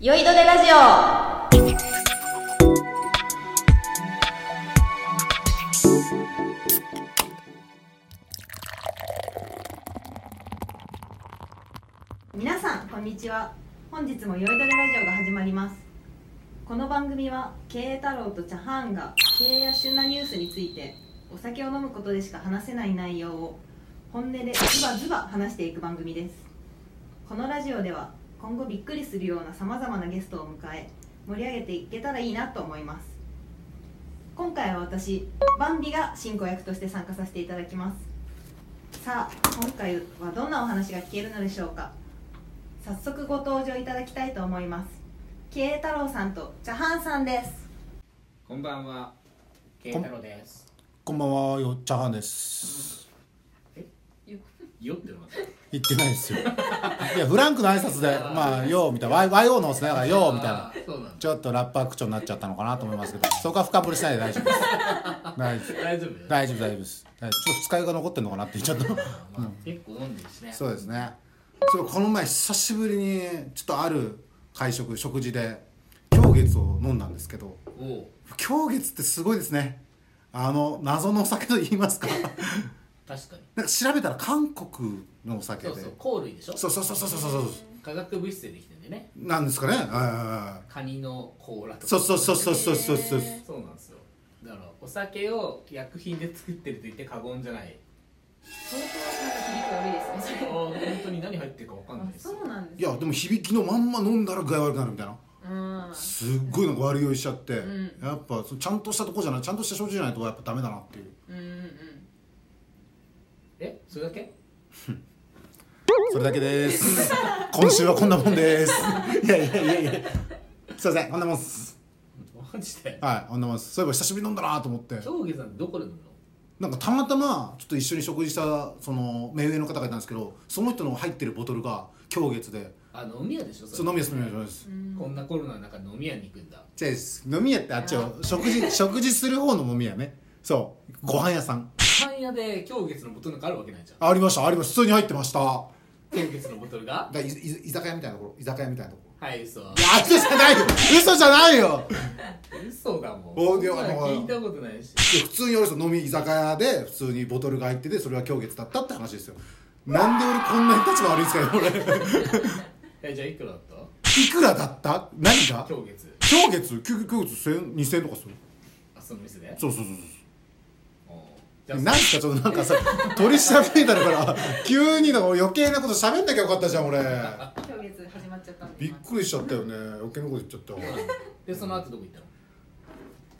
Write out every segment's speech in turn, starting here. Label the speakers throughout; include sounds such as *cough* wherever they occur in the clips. Speaker 1: よいどでラジオ皆さんこんにちは本日もよいどれラジオが始まりますこの番組は経営太郎と茶飯が経営や旬なニュースについてお酒を飲むことでしか話せない内容を本音でズバズバ話していく番組ですこのラジオでは今後びっくりするようなさまざまなゲストを迎え盛り上げていけたらいいなと思います今回は私バンビが進行役として参加させていただきますさあ今回はどんなお話が聞けるのでしょうか早速ご登場いただきたいと思います慶太郎さんと茶飯さんです
Speaker 2: こんばんは。
Speaker 3: 慶太郎です。
Speaker 4: こんばんはよチャーハンです
Speaker 2: よってのは。
Speaker 4: 言ってないですよいやフランクの挨
Speaker 2: *laughs*
Speaker 4: 拶でまあようみたいな Y- YO のですねだからようみたいな
Speaker 2: あー。そうなんだ。
Speaker 4: ちょっとラッパー口調になっちゃったのかなと思いますけどそこは深掘りしないで大丈夫です大丈夫
Speaker 2: 大丈夫。
Speaker 4: 大丈夫大丈夫ですはいちょっと二日酔いが残ってんのかなって言っちゃっ
Speaker 2: まあ結構飲んでるしね
Speaker 4: た。そうですねそうこの前久しぶりにちょっとある会食食事で狂月を飲んだんですけど
Speaker 2: おう
Speaker 4: 狂月ってすごいですねあの謎のお酒と言いますか
Speaker 2: 確かに。
Speaker 4: なんか調べたら韓国のお酒
Speaker 2: そ
Speaker 4: で
Speaker 2: うそう、香類でしょ
Speaker 4: そうそうそうそうそうそう
Speaker 2: 化学物質でできてんでね。
Speaker 4: なんですかねはいはいは
Speaker 2: カニの甲羅とか。
Speaker 4: いそうそうそうそうそうそうそう
Speaker 2: そうなんですよ。だから、お酒を薬品で作ってると言って過言じゃない。
Speaker 1: 相当なんか響き悪いです
Speaker 2: ああ、本当に何入ってるかわかんないです。
Speaker 1: そうなん
Speaker 4: い
Speaker 1: です
Speaker 4: やでも響きのまんま飲んだら具合悪くなるみたいな
Speaker 1: うん
Speaker 4: すっごいなんか悪酔いしちゃって、
Speaker 1: ん
Speaker 4: やっぱそのちゃんとしたとこじゃないちゃんとした症状じゃないとやっぱダメだなっていう
Speaker 1: うんうん
Speaker 2: え、それだけ
Speaker 4: それだけです *laughs* 今週はこんなもんですいやいやいやいやすいませんこんなもんっす
Speaker 2: マジで。
Speaker 4: はいこんなもんっすそういえば久しぶりに飲んだなと思って
Speaker 2: 上下さんどこで飲むの
Speaker 4: なんかたまたまちょっと一緒に食事したその目上の方がいたんですけどその人の入ってるボトルが狂月で
Speaker 2: あ、飲み屋でしょ
Speaker 4: そう飲み屋です飲み屋です
Speaker 1: うん
Speaker 2: こんなコロナの中飲み屋に行くんだ。
Speaker 4: 違うです飲み屋ってあっちを食事食事する方の飲み屋ねそうご飯屋さん
Speaker 2: パン屋で今日月のボトルなんかあるわけないじゃん。
Speaker 4: ありましたありました普通に入ってましただ
Speaker 2: 今日月のボトルが
Speaker 4: いい居酒屋みたいなところ居酒屋みたいなところ
Speaker 2: はい、そう。
Speaker 4: いや嘘じゃないよ嘘じゃないよ
Speaker 2: 嘘だもん
Speaker 4: おいや
Speaker 2: そんなの
Speaker 4: だから
Speaker 2: 聞いたことないし
Speaker 4: いや普通に俺その飲み居酒屋で普通にボトルが入っててそれは狂月だったって話ですよなんで俺こんなに立場悪いんですかね
Speaker 2: えじゃあいくらだった
Speaker 4: 俺いくらだった何が
Speaker 2: 今日月
Speaker 4: 狂月狂月1000 2000とかする
Speaker 2: あその店で
Speaker 4: そうそうそうそう
Speaker 2: おうじゃあ
Speaker 4: なんかちょっとなんかさ取り調べみたいだから急になんか俺余計なこと喋んなきゃよかったじゃん俺
Speaker 1: 今日月始まっちゃったんで
Speaker 4: びっ
Speaker 1: 今
Speaker 4: くりしちゃったよね余計なこと言っちゃったわ
Speaker 2: でその後どこ行ったの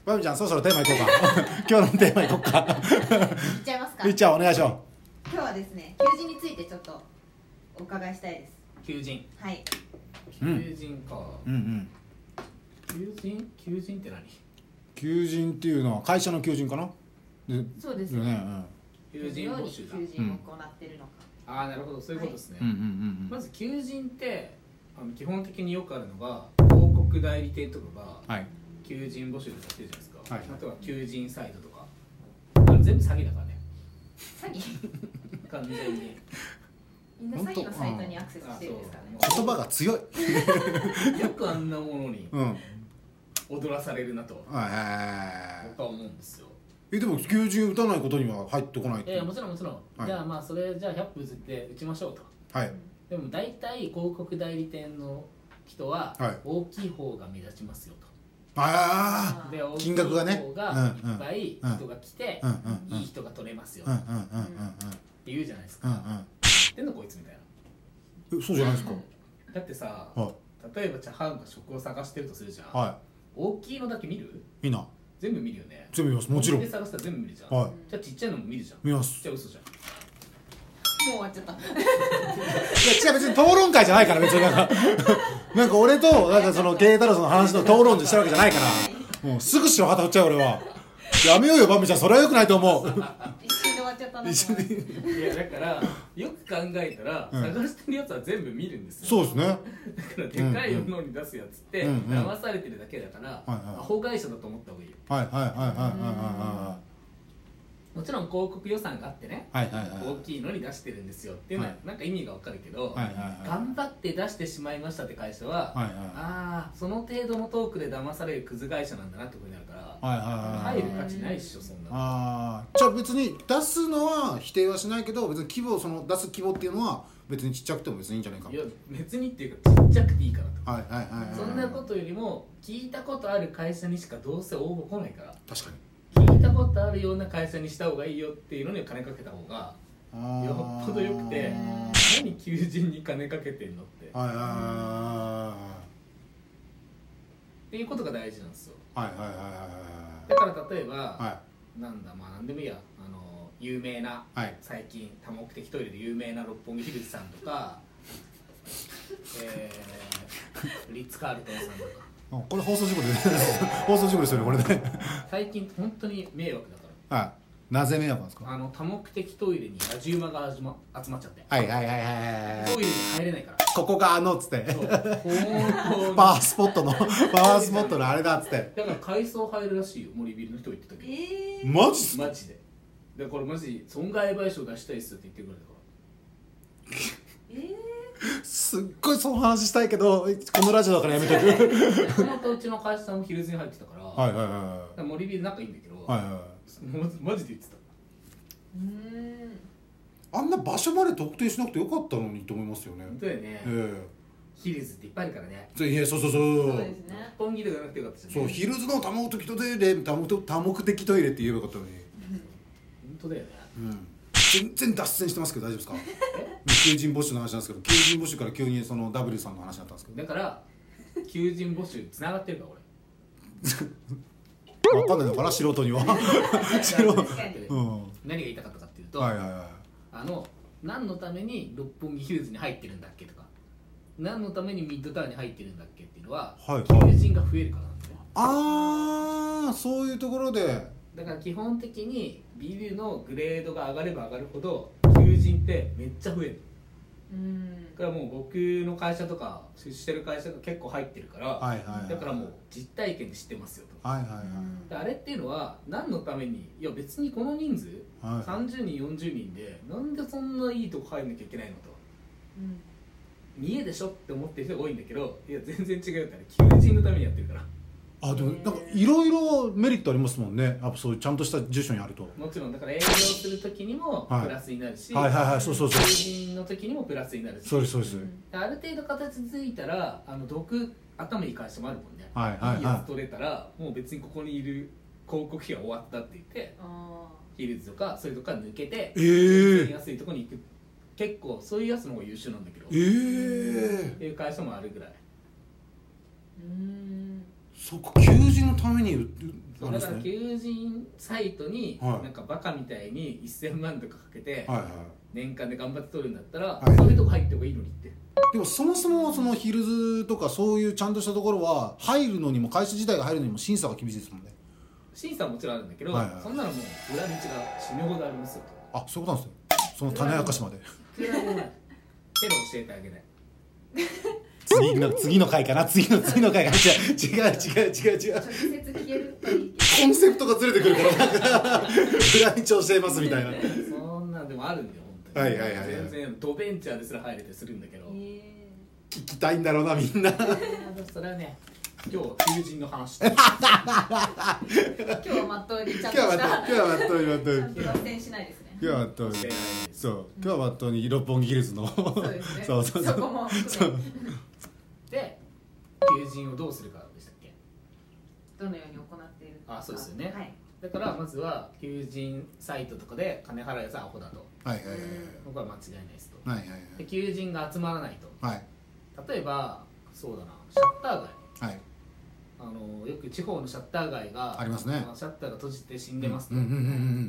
Speaker 4: バミちゃんそろそろテーマいこうか *laughs* 今日のテーマいこうか
Speaker 1: いっちゃいますか
Speaker 4: みっちゃんお願いしよ
Speaker 1: 今日はですね求人についてちょっとお伺いしたいです
Speaker 2: 求人
Speaker 1: はい
Speaker 4: うん
Speaker 2: 求人か、
Speaker 4: ううんうん
Speaker 2: 求人求人って何
Speaker 4: 求人っていうのは会社の求人かなで
Speaker 1: そうで
Speaker 4: ですすよ
Speaker 1: ね
Speaker 4: ねうん
Speaker 2: 求人
Speaker 1: どのよう
Speaker 2: 募
Speaker 1: に
Speaker 2: 集だ
Speaker 1: 求人を行ってるのか、
Speaker 2: ああなるほどそういうことですね、
Speaker 4: うんうんうんう
Speaker 2: ま
Speaker 4: ん
Speaker 2: ず求人ってあの基本的によくあるのが広告代理店とかが
Speaker 4: はい
Speaker 2: 求人募集とかしてるじゃないですか、
Speaker 4: はい
Speaker 2: あとは求人サイトとかあれ全部詐欺だからね
Speaker 1: 詐欺
Speaker 2: 完全に
Speaker 1: みんな詐欺のサイトにアクセスしてるんですかね
Speaker 2: あ
Speaker 4: 言葉が強い
Speaker 2: よくあんなものに
Speaker 4: うんはい
Speaker 2: 踊らされるなと
Speaker 4: はいはいはい
Speaker 2: 僕は思うんですよ
Speaker 4: えでも求人打たないことには入ってこないって
Speaker 2: い
Speaker 4: い
Speaker 2: やいや
Speaker 4: う
Speaker 2: もちろんもちろん、
Speaker 4: はい
Speaker 2: じゃあまあそれじゃあ100分ずって打ちましょうと
Speaker 4: はい
Speaker 2: でも大体広告代理店の人は
Speaker 4: はい
Speaker 2: 大きい方が目立ちますよと、
Speaker 4: あ
Speaker 1: あ
Speaker 2: で大きい
Speaker 4: 金額がね
Speaker 2: 方がいっぱい
Speaker 4: うんうん
Speaker 2: 人が来て
Speaker 4: あ、うんうんうん
Speaker 2: いい人が取れますよ
Speaker 4: うん
Speaker 2: っ
Speaker 4: うんうんう
Speaker 2: て言うじゃないですか、
Speaker 4: んうんうん
Speaker 2: でのこいつみたい
Speaker 4: うんえそうじゃないですか
Speaker 2: なだってさ
Speaker 4: は
Speaker 2: 例えば茶飯が職を探してるとするじゃん、
Speaker 4: いは
Speaker 2: 大きいのだけ見る
Speaker 4: いいいな
Speaker 2: 全部見るよね
Speaker 4: 全部見ますもちろん
Speaker 2: で探したら全部見るじゃん、
Speaker 4: はい
Speaker 2: じゃあちっちゃいのも見るじゃん
Speaker 4: 見ます
Speaker 2: じゃあ嘘じゃん
Speaker 1: もう終わっちゃった
Speaker 4: いや違う別に討論会じゃないから別になんかなんか俺となんかその慶太郎さんの話の討論でしてるわけじゃないからもうすぐ白旗振っちゃう俺はやめようよバミちゃんそれはよくないと思う
Speaker 1: 一瞬で終わっちゃったなと思って
Speaker 2: いやだからよく考えたら、
Speaker 4: うん
Speaker 2: 探してるやつは全部見るんですよ
Speaker 4: そうですね
Speaker 2: だからでかいものに出すやつって
Speaker 4: うんうん
Speaker 2: 騙されてるだけだから、
Speaker 4: はいはい
Speaker 2: 法外者だと思った方がいいよ
Speaker 4: はいはいはいはいはいはいは
Speaker 2: もちろん広告予算があってね
Speaker 4: はいはいはいはい
Speaker 2: 大きいのに出してるんですよっていうのは
Speaker 4: は
Speaker 2: なんか意味がわかるけど、
Speaker 4: はいはい
Speaker 2: 頑張って出してしまいましたって会社は、
Speaker 4: はいはい
Speaker 2: ああその程度のトークで騙されるクズ会社なんだなってことになるから、
Speaker 4: はいはいはい
Speaker 2: 入る価値ないっしょそんなの
Speaker 4: あーじゃあ別に出すのは否定はしないけど別に規模その出す規模っていうのは別にちっちゃくても別にいいんじゃないか
Speaker 2: い
Speaker 4: はい
Speaker 2: や別にっていうかちっちゃくていいからと
Speaker 4: はいはいはい
Speaker 2: そんなことよりも聞いたことある会社にしかどうせ応募来ないから
Speaker 4: と確かに
Speaker 2: 聞いたことあるような会社にした方がいいよっていうのには金かけた方が
Speaker 4: あー
Speaker 2: よっぽど良くて何求人に金かけてんのってっ
Speaker 4: はいはいは
Speaker 2: ていうことが大事なんですよ
Speaker 4: いはいはいはいはい
Speaker 2: だから例えば、
Speaker 4: はい
Speaker 2: なんだまあ何でもいいやあの有名な
Speaker 4: はい
Speaker 2: 最近多目的トイレで有名な六本木ヒルズさんと
Speaker 4: *laughs*
Speaker 2: かえー、リッツ・カールトンさんとか
Speaker 4: うんこれ放送事故で放送事故ですよねこれね
Speaker 2: 最近本当に迷惑だか
Speaker 4: はいなぜ迷惑なんですから
Speaker 2: あの多目的トイレに野じ馬が集ま集まっちゃって
Speaker 4: はいはいはいはいはいはい
Speaker 2: トイレに入れないから
Speaker 4: *laughs* ここがあのっつって
Speaker 2: そう本
Speaker 4: パ
Speaker 2: 当
Speaker 4: ワースポットのパワースポットのあれだっつって
Speaker 2: にだから改装入るらしいよ森ビルの人言ってたけど
Speaker 1: えー、
Speaker 4: マジっすか
Speaker 2: マジででこれマジ損害賠償出したいっすって言ってくれたから
Speaker 1: えー、
Speaker 4: すっごいその話したいけどこのラジオだからやめとく
Speaker 2: そのとうちの会社さんもヒルズに入ってたから,、
Speaker 4: はいはいはいは
Speaker 2: 森ビル仲いいんだけど、
Speaker 4: いはいはいはい
Speaker 2: もうマジで言ってた
Speaker 1: うーん
Speaker 4: あんな場所まで特定しなくてよかったのにと思いますよね
Speaker 2: 本当だよね、
Speaker 4: え
Speaker 2: ヒルズっていっぱいあるからね
Speaker 4: えいやそうそうそう
Speaker 1: そうですね
Speaker 2: 六本木とかじゃなくてよかったじゃ
Speaker 4: そ
Speaker 2: ん
Speaker 4: うヒルズの多目的トイレ多目多目的トイレって言えばよかったのに、
Speaker 2: 本当だよね
Speaker 4: うん、全然脱線してますけど大丈夫ですか求人募集の話なんですけど求人募集から急にその W さんの話だったんですけ
Speaker 2: だから求人募集つながってるから俺
Speaker 4: ど分かんないのかな素人には白
Speaker 2: だから
Speaker 4: うん
Speaker 2: 何が言いたかったかっていうと、
Speaker 4: はいはいは
Speaker 2: あの何のために六本木ヒルズに入ってるんだっけとか何のためにミッドタウンに入ってるんだっけっていうのは、
Speaker 4: はいはい
Speaker 2: 求人が増えるからなんですね
Speaker 4: ああそういうところで
Speaker 2: だから基本的にビルのグレードが上がれば上がるほど求人ってめっちゃ増える
Speaker 1: うーん
Speaker 2: だからもう僕の会社とか出資してる会社が結構入ってるから、
Speaker 4: はいはいはい
Speaker 2: だからもう実体験で知ってますよと
Speaker 4: はいはいは
Speaker 1: う
Speaker 4: い
Speaker 1: ん
Speaker 2: であれっていうのは何のためにいや別にこの人数、
Speaker 4: はい
Speaker 2: 30人40人でなんでそんないいとこ入んなきゃいけないのと
Speaker 1: うん
Speaker 2: 見えでしょって思ってる人が多いんだけどいや全然違うよってあれ求人のためにやってるから
Speaker 4: あでもなんかいろいろメリットありますもんねやっぱそういうちゃんとした住所にあると
Speaker 2: もちろんだから営業する時にも
Speaker 4: はい
Speaker 2: プラスになるし、
Speaker 4: はいはいはいそうそうそう
Speaker 2: 求人の時にもプラスになるし
Speaker 4: そうですそうです、
Speaker 2: である程度形づいたらあの毒頭いい会社もあるもんね、
Speaker 4: はいはいはい
Speaker 2: やつ取れたらもう別にここにいる広告費は終わったって言って
Speaker 1: あ
Speaker 2: ヒルズとかそういうとこから抜けて
Speaker 4: え
Speaker 2: 安い
Speaker 4: ー、
Speaker 2: 安いとこに行く結構そういうやつの方が優秀なんだけど
Speaker 4: え
Speaker 2: っ
Speaker 4: ー、
Speaker 2: ていう会社もあるぐらい
Speaker 1: ーうーん
Speaker 4: そっか求人のために売って
Speaker 2: そ
Speaker 4: あ
Speaker 2: う
Speaker 4: れ
Speaker 2: だ
Speaker 4: で
Speaker 2: か
Speaker 4: す
Speaker 2: ら
Speaker 4: ね
Speaker 2: 求人サイトに
Speaker 4: はい
Speaker 2: なんかバカみたいに1000万とかかけて
Speaker 4: はいはい
Speaker 2: 年間で頑張って取るんだったら
Speaker 4: はい
Speaker 2: そういうとこ入って方がいいのにって
Speaker 4: でもそもそもそのヒルズとかそういうちゃんとしたところは入るのにも会社自体が入るのにも審査が厳しいですもんね
Speaker 2: 審査はもちろんあるんだけど
Speaker 4: はいはい
Speaker 2: そんなのもう裏道が死ぬほどありますよ
Speaker 4: *laughs* あそういうことなんですねその種明かしまで
Speaker 2: といくらでもないけど教えてあげない
Speaker 4: 次の次の回かな次の次の回かな違う違う違う違う違う
Speaker 1: 直接消えるといいけ
Speaker 4: コンセプトがずれてくるからなんか裏に調しちゃいますみたいな
Speaker 2: そんなんでもあるんだよ本当に
Speaker 4: はいはいはいはい
Speaker 2: 全然ドベンチャーですら入れてするんだけど
Speaker 1: どえ
Speaker 4: 聞きたいんだろうなみんな
Speaker 2: それはね今日友人の話
Speaker 1: ー、今日はまっとうにちゃ
Speaker 4: 今
Speaker 1: ん
Speaker 4: 日
Speaker 1: とし
Speaker 4: はまった
Speaker 1: た
Speaker 4: 今日はまっといまっとい
Speaker 1: ちゃんと脱線しないですね
Speaker 4: 今日はまっといそう今日はまっといに六本木ヒルズの
Speaker 1: そうですね
Speaker 4: *laughs* そうそうそう
Speaker 1: こも含め
Speaker 2: で求人をどうするかでしたっけ
Speaker 1: どのように行っているか
Speaker 2: あそうですよね
Speaker 1: はい
Speaker 2: だからまずは求人サイトとかで金払うやつはアホだと
Speaker 4: はいはい
Speaker 2: 僕は間違いないですと
Speaker 4: はいはい
Speaker 2: で求人が集まらないと
Speaker 4: はいはい
Speaker 2: 例えばそうだなシャッター街
Speaker 4: はい
Speaker 2: あのよく地方のシャッター街が
Speaker 4: ありますね
Speaker 2: のシャッターが閉じて死んでますと、
Speaker 4: うんうんうんう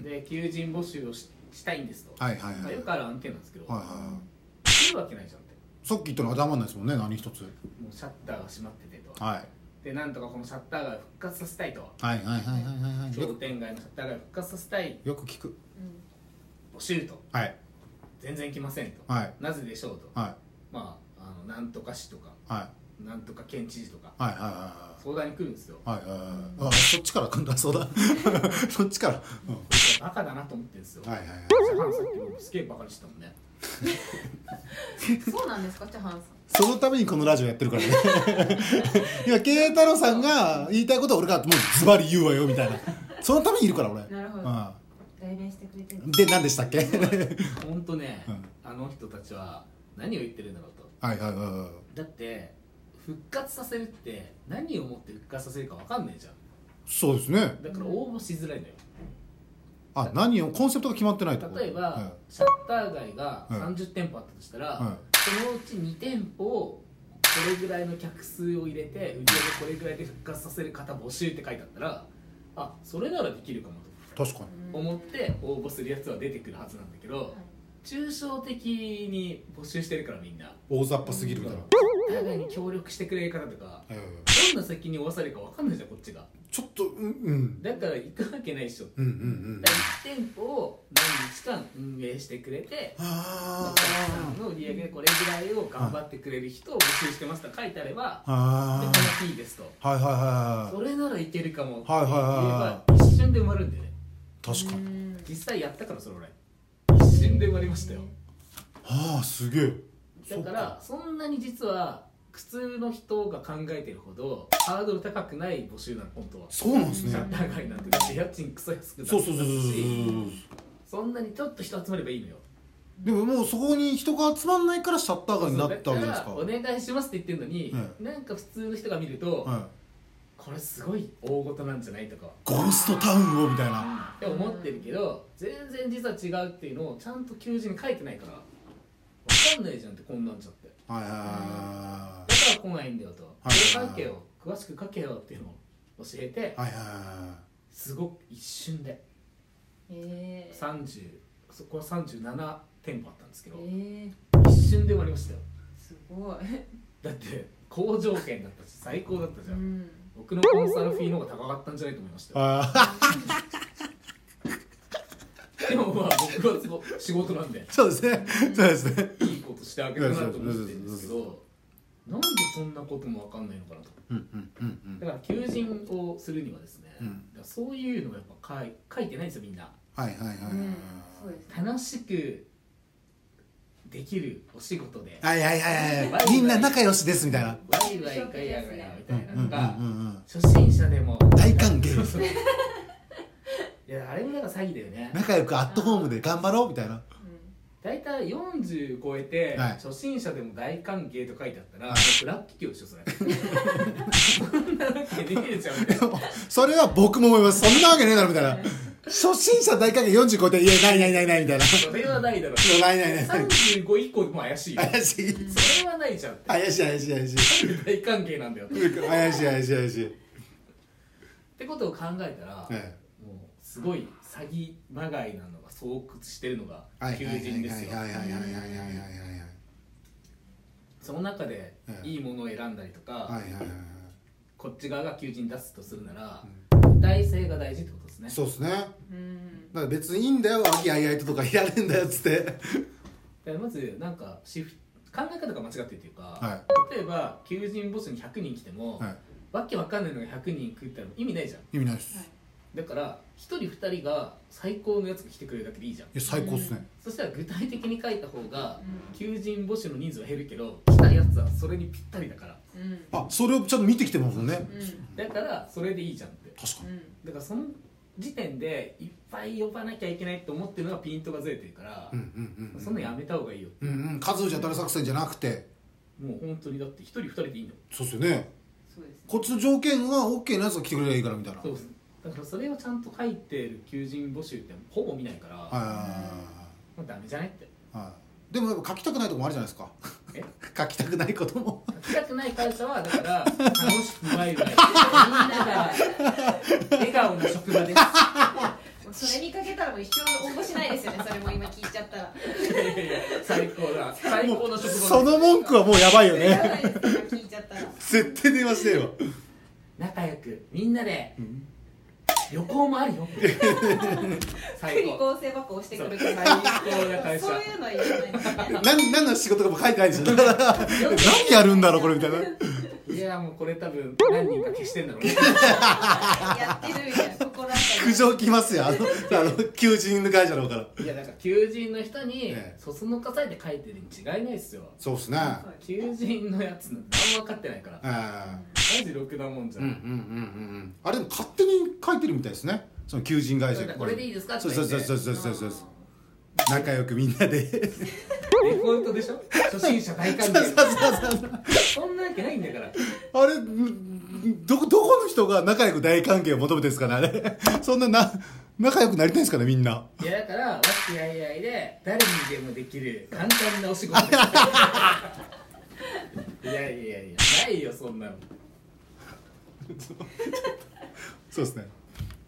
Speaker 4: ん
Speaker 2: で求人募集をししたいんですと、
Speaker 4: はいはい
Speaker 2: ま
Speaker 4: は
Speaker 2: あ
Speaker 4: い
Speaker 2: よくある案件なんですけど、
Speaker 4: はいは
Speaker 2: 来るわけないじゃんって
Speaker 4: いさっき言ったのが黙んないですもんね何一つ
Speaker 2: もうシャッターが閉まっててと
Speaker 4: はい
Speaker 2: でなんとかこのシャッター街を復活させたいと
Speaker 4: はいはいはいはいはいはいよ
Speaker 2: 商店街のシャッター街を復活させたい
Speaker 4: くよく聞く
Speaker 1: うん
Speaker 2: 募集と
Speaker 4: はい
Speaker 2: 全然来ませんと、
Speaker 4: はい
Speaker 2: なぜでしょうと
Speaker 4: はい
Speaker 2: まああのなんとか市とか
Speaker 4: は
Speaker 2: なんとか県知事とか
Speaker 4: はいはいはいはい
Speaker 2: 相談に来るんですよ
Speaker 4: はいはいはいあそっちから来んだそうだ *laughs* そっちから、うん
Speaker 2: バカだなと思ってるんですよ、
Speaker 4: はいはいはい
Speaker 2: ジャハンさんって僕すげえバカにしてたもんね
Speaker 1: そうなんですかチャハンさん
Speaker 4: そのためにこのラジオやってるからね *laughs* 今慶太郎さんが言いたいことを俺がもうズバリ言うわよみたいなそのためにいるから俺
Speaker 1: なるほど
Speaker 4: う
Speaker 1: 代弁してくれてる
Speaker 4: ん、で何でしたっけはい
Speaker 2: ほんとね、
Speaker 4: うん
Speaker 2: あの人たちは何を言ってるんだろうと
Speaker 4: はいはいは
Speaker 2: だって復活させるって何をもって復活させるか分かんねえじゃん
Speaker 4: いそうですね
Speaker 2: だから応募しづらいのよ
Speaker 4: あ何をコンセプトが決まってないってこと
Speaker 2: 例えば、
Speaker 4: は
Speaker 2: シャッター街が
Speaker 4: うん
Speaker 2: 30店舗あったとしたら、
Speaker 4: うん
Speaker 2: そのうち2店舗をこれぐらいの客数を入れて売り上げこれぐらいで復活させる方募集って書いてあったらあそれならできるかも
Speaker 4: い、確かに
Speaker 2: と思って応募するやつは出てくるはずなんだけど、抽象的に募集してるからみん
Speaker 4: *laughs*
Speaker 2: な
Speaker 4: 大雑把すぎるみたいな、
Speaker 2: お互いに協力してくれる方とか
Speaker 4: え
Speaker 2: ど
Speaker 4: え
Speaker 2: んな責任を負わされるか分かんないじゃんこっちが
Speaker 4: ちょっとうんうん
Speaker 2: だから行くわけないでしょ
Speaker 4: うんうんうん
Speaker 2: 1店舗を何日間運営してくれてお
Speaker 4: あ
Speaker 2: 客さんの売り上げでこれぐらいを頑張ってくれる人を募集してますと書いてあれば
Speaker 4: ああ
Speaker 2: でこの日ですと
Speaker 4: あはいはいはい
Speaker 2: それならいけるかもって言
Speaker 4: はい
Speaker 2: え
Speaker 4: はい
Speaker 2: ば
Speaker 4: は
Speaker 2: 一瞬で埋まるんだよね
Speaker 4: 確かに
Speaker 1: に
Speaker 2: 実際やったからそれ俺一瞬で埋まりましたよ
Speaker 4: ああすげえ
Speaker 2: だからそんなに実は普通の人が考えてるほどハードル高くない募集なの本当は
Speaker 4: そうなんですね
Speaker 2: 長いなんてだって家賃クソ安くなって
Speaker 4: そうそうそうそうそうそう
Speaker 2: そんなにちょっと人集まればいいのよ
Speaker 4: でももうそこに人が集まんないからシャッター街になったわけじゃないですか
Speaker 2: そうだからお願いしますって言ってるのに、
Speaker 4: う
Speaker 2: なんか普通の人が見ると、
Speaker 4: はい
Speaker 2: これすごい大事なんじゃないとか
Speaker 4: ゴーストタウンをみたいな
Speaker 2: って思ってるけど全然実は違うっていうのをちゃんと求人に書いてないから分かんないじゃんってこんなんちゃって
Speaker 4: はいはいは
Speaker 2: だから来ないんだよと
Speaker 4: はい
Speaker 2: これ書けよ詳しく書けよっていうのを教えて
Speaker 4: いはいはいは
Speaker 2: すごく一瞬で
Speaker 1: えー
Speaker 2: 30そこは37店舗あったんですけど
Speaker 1: えー
Speaker 2: 一瞬で終わりましたよ
Speaker 1: すごい
Speaker 2: だって好条件だったし最高だったじ
Speaker 1: う
Speaker 2: ゃん
Speaker 1: ん
Speaker 2: 僕のコンサルフィーの方が高かったんじゃないと思いました
Speaker 4: い
Speaker 2: よ
Speaker 4: はいあ
Speaker 2: でもまあ僕はすご仕事なんで
Speaker 4: ーそうですねそうですね
Speaker 2: いいことしてあげたなと思ってるんですけどなんでそんなことも分かんないのかなと
Speaker 4: うんうんうんうん
Speaker 2: だから求人をするにはですね、
Speaker 4: うん
Speaker 2: だからそういうのをやっぱ書い書いてないんですよみんな
Speaker 4: はいはいはいはい
Speaker 1: うんそうです
Speaker 2: 楽しくできるお仕事で
Speaker 4: はいはいはいはいみんな仲良しですみたいな
Speaker 2: ワイワイガヤガヤみたいな
Speaker 4: うんう
Speaker 2: の
Speaker 4: んう
Speaker 2: が、
Speaker 4: んうん
Speaker 2: 初心者でも
Speaker 4: 大歓迎
Speaker 2: そうそういやあれもなんか詐欺だよね
Speaker 4: 仲良くアットホームで頑張ろうみたいな
Speaker 2: 大体40超えて、
Speaker 4: はい
Speaker 2: 初心者でも大歓迎と書いてあったら、
Speaker 4: はい
Speaker 2: 僕ラッキーでしょそれ *laughs* そんなわけできるじゃんみたいな
Speaker 4: それは僕も思いますそんなわけねえだろみたいな初心者大歓迎40超えていやないないないないみたいな
Speaker 2: それはないだろ
Speaker 4: ないないないない
Speaker 2: 35以降でも怪しいよ
Speaker 4: 怪しい
Speaker 2: それはないじゃんって
Speaker 4: 怪しい怪しい怪しい
Speaker 2: 大関係なんだよっ
Speaker 4: 怪しい怪しい怪しい
Speaker 2: てことを考えたら、
Speaker 4: え
Speaker 2: もうすごい詐欺まがいなのが創屈してるのが
Speaker 4: はいはい
Speaker 2: 求
Speaker 4: はいはい
Speaker 2: 人ですよ
Speaker 4: はいはいはいはいはいはいはい
Speaker 2: その中で
Speaker 4: ええ
Speaker 2: いいものを選んだりとか、
Speaker 4: はいはいはい
Speaker 2: こっち側が求人出すとするなら、大性が大事ってことですね
Speaker 4: そうですねだか
Speaker 1: うん
Speaker 4: ら別にいいんだよ和気あいあいととかいられんだよっつって
Speaker 2: だからまずなんかシフ考え方が間違ってるっていうか、
Speaker 4: は
Speaker 2: 例えば求人ボスに100人来ても、
Speaker 4: はい
Speaker 2: わけわかんないのが100人来たら意味ないじゃん
Speaker 4: 意味ないです
Speaker 1: はいい
Speaker 2: だから1人2人が最高のやつが来てくれるだけでいいじゃん
Speaker 4: や最高っすね
Speaker 2: そしたら具体的に書いた方が
Speaker 1: うん
Speaker 2: 求人募集の人数は減るけど来たやつはそれにぴったりだから
Speaker 1: うん
Speaker 4: あそれをちゃんと見てきてますもんね
Speaker 1: うん
Speaker 2: だからそれでいいじゃんって
Speaker 4: 確か
Speaker 1: う
Speaker 4: に
Speaker 1: ん
Speaker 2: だからその時点でいっぱい呼ばなきゃいけないと思ってるのがピントがずれてるから、
Speaker 4: うんうんうん
Speaker 2: そんなのやめた方がいいよ
Speaker 4: うんうん数打ち当たる作戦じゃなくて
Speaker 2: もう本当にだって1人2人でいいんだも
Speaker 4: そうっすよね
Speaker 1: そうです
Speaker 4: こっちの条件は OK なやつが来てくれればいいからみたいなん
Speaker 2: そうですだからそれをちゃんと書いてる求人募集ってほぼ見ないから、
Speaker 4: はいはいはい
Speaker 2: もうダメじゃないって
Speaker 4: はいはいでもやっぱ書きたくないとこもあるじゃないですか
Speaker 2: え
Speaker 4: *laughs* 書きたくないこ
Speaker 2: *laughs*
Speaker 4: とも
Speaker 2: 書きたくない会社はだから楽しくワイワイみんなが笑顔の職場です
Speaker 1: もうそれ見かけたらもう一生応募しないですよねそれも今聞いちゃったら
Speaker 2: いやいや最高だ最高の職場です
Speaker 4: その文句はもうやばいよ
Speaker 1: や
Speaker 4: ね
Speaker 1: ばいですよ聞いちゃったら
Speaker 4: 絶対電話してよ
Speaker 2: 仲良くみんなで、旅行もあるよ最
Speaker 1: 福利
Speaker 2: 高
Speaker 1: 厚生箱押して
Speaker 2: そ
Speaker 1: く
Speaker 2: う
Speaker 1: る
Speaker 2: 最
Speaker 1: か
Speaker 2: 高
Speaker 1: ら
Speaker 2: な会社
Speaker 1: そういうのは言わないですね
Speaker 4: *laughs* 何何の仕事かも書いてないでしょだから何やるんだろうこれみたいな
Speaker 2: いやもうこれ多分何人か消してんだろうね
Speaker 1: やってるみたいな心当たり
Speaker 4: 苦情来ま
Speaker 2: *laughs*
Speaker 4: すよあのあの求人会社の方から
Speaker 2: *laughs* いやだから求人の人に
Speaker 4: ええ
Speaker 2: そそのかされて書いてるに違いないっすよ
Speaker 4: そうっすね
Speaker 1: そうです
Speaker 2: 求人のやつなんて何も分かってないから
Speaker 4: えー
Speaker 2: マジろくなもんじゃ
Speaker 3: うん
Speaker 2: ん、
Speaker 3: うんうんうん
Speaker 4: あれでも勝手に書いてるみたいですねその求人会社
Speaker 2: そうだこれでいいですか
Speaker 4: そうそうそうそうそうそうそう仲良くみんなで
Speaker 2: デフォルトでしょ初心者大歓
Speaker 4: そうそう
Speaker 2: 迎
Speaker 4: そうそう
Speaker 2: そんなわけないんだから
Speaker 4: *laughs* あれんどこどこの人が仲良く大関係を求めてるんですかねあれ *laughs* そんなな仲良くなりたいんですかねみんない
Speaker 2: やだから和気あいあいで誰にでもできる簡単なお仕事いやいやいやないよそんなの
Speaker 4: そうですね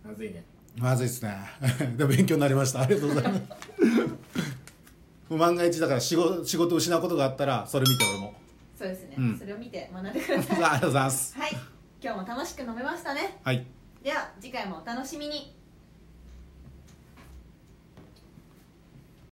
Speaker 2: まずいね
Speaker 4: まずいですね *laughs* でも勉強になりましたありがとうございます *laughs* もう万が一だから仕事仕事を失うことがあったらそれ見て俺も *laughs*
Speaker 1: そうですね、
Speaker 4: うん
Speaker 1: それを見て学んでくだ
Speaker 4: あ
Speaker 1: さ
Speaker 4: り
Speaker 1: い
Speaker 4: がとうございます
Speaker 1: はい今日も楽しく飲めましたね
Speaker 4: はい
Speaker 1: では次回もお楽しみに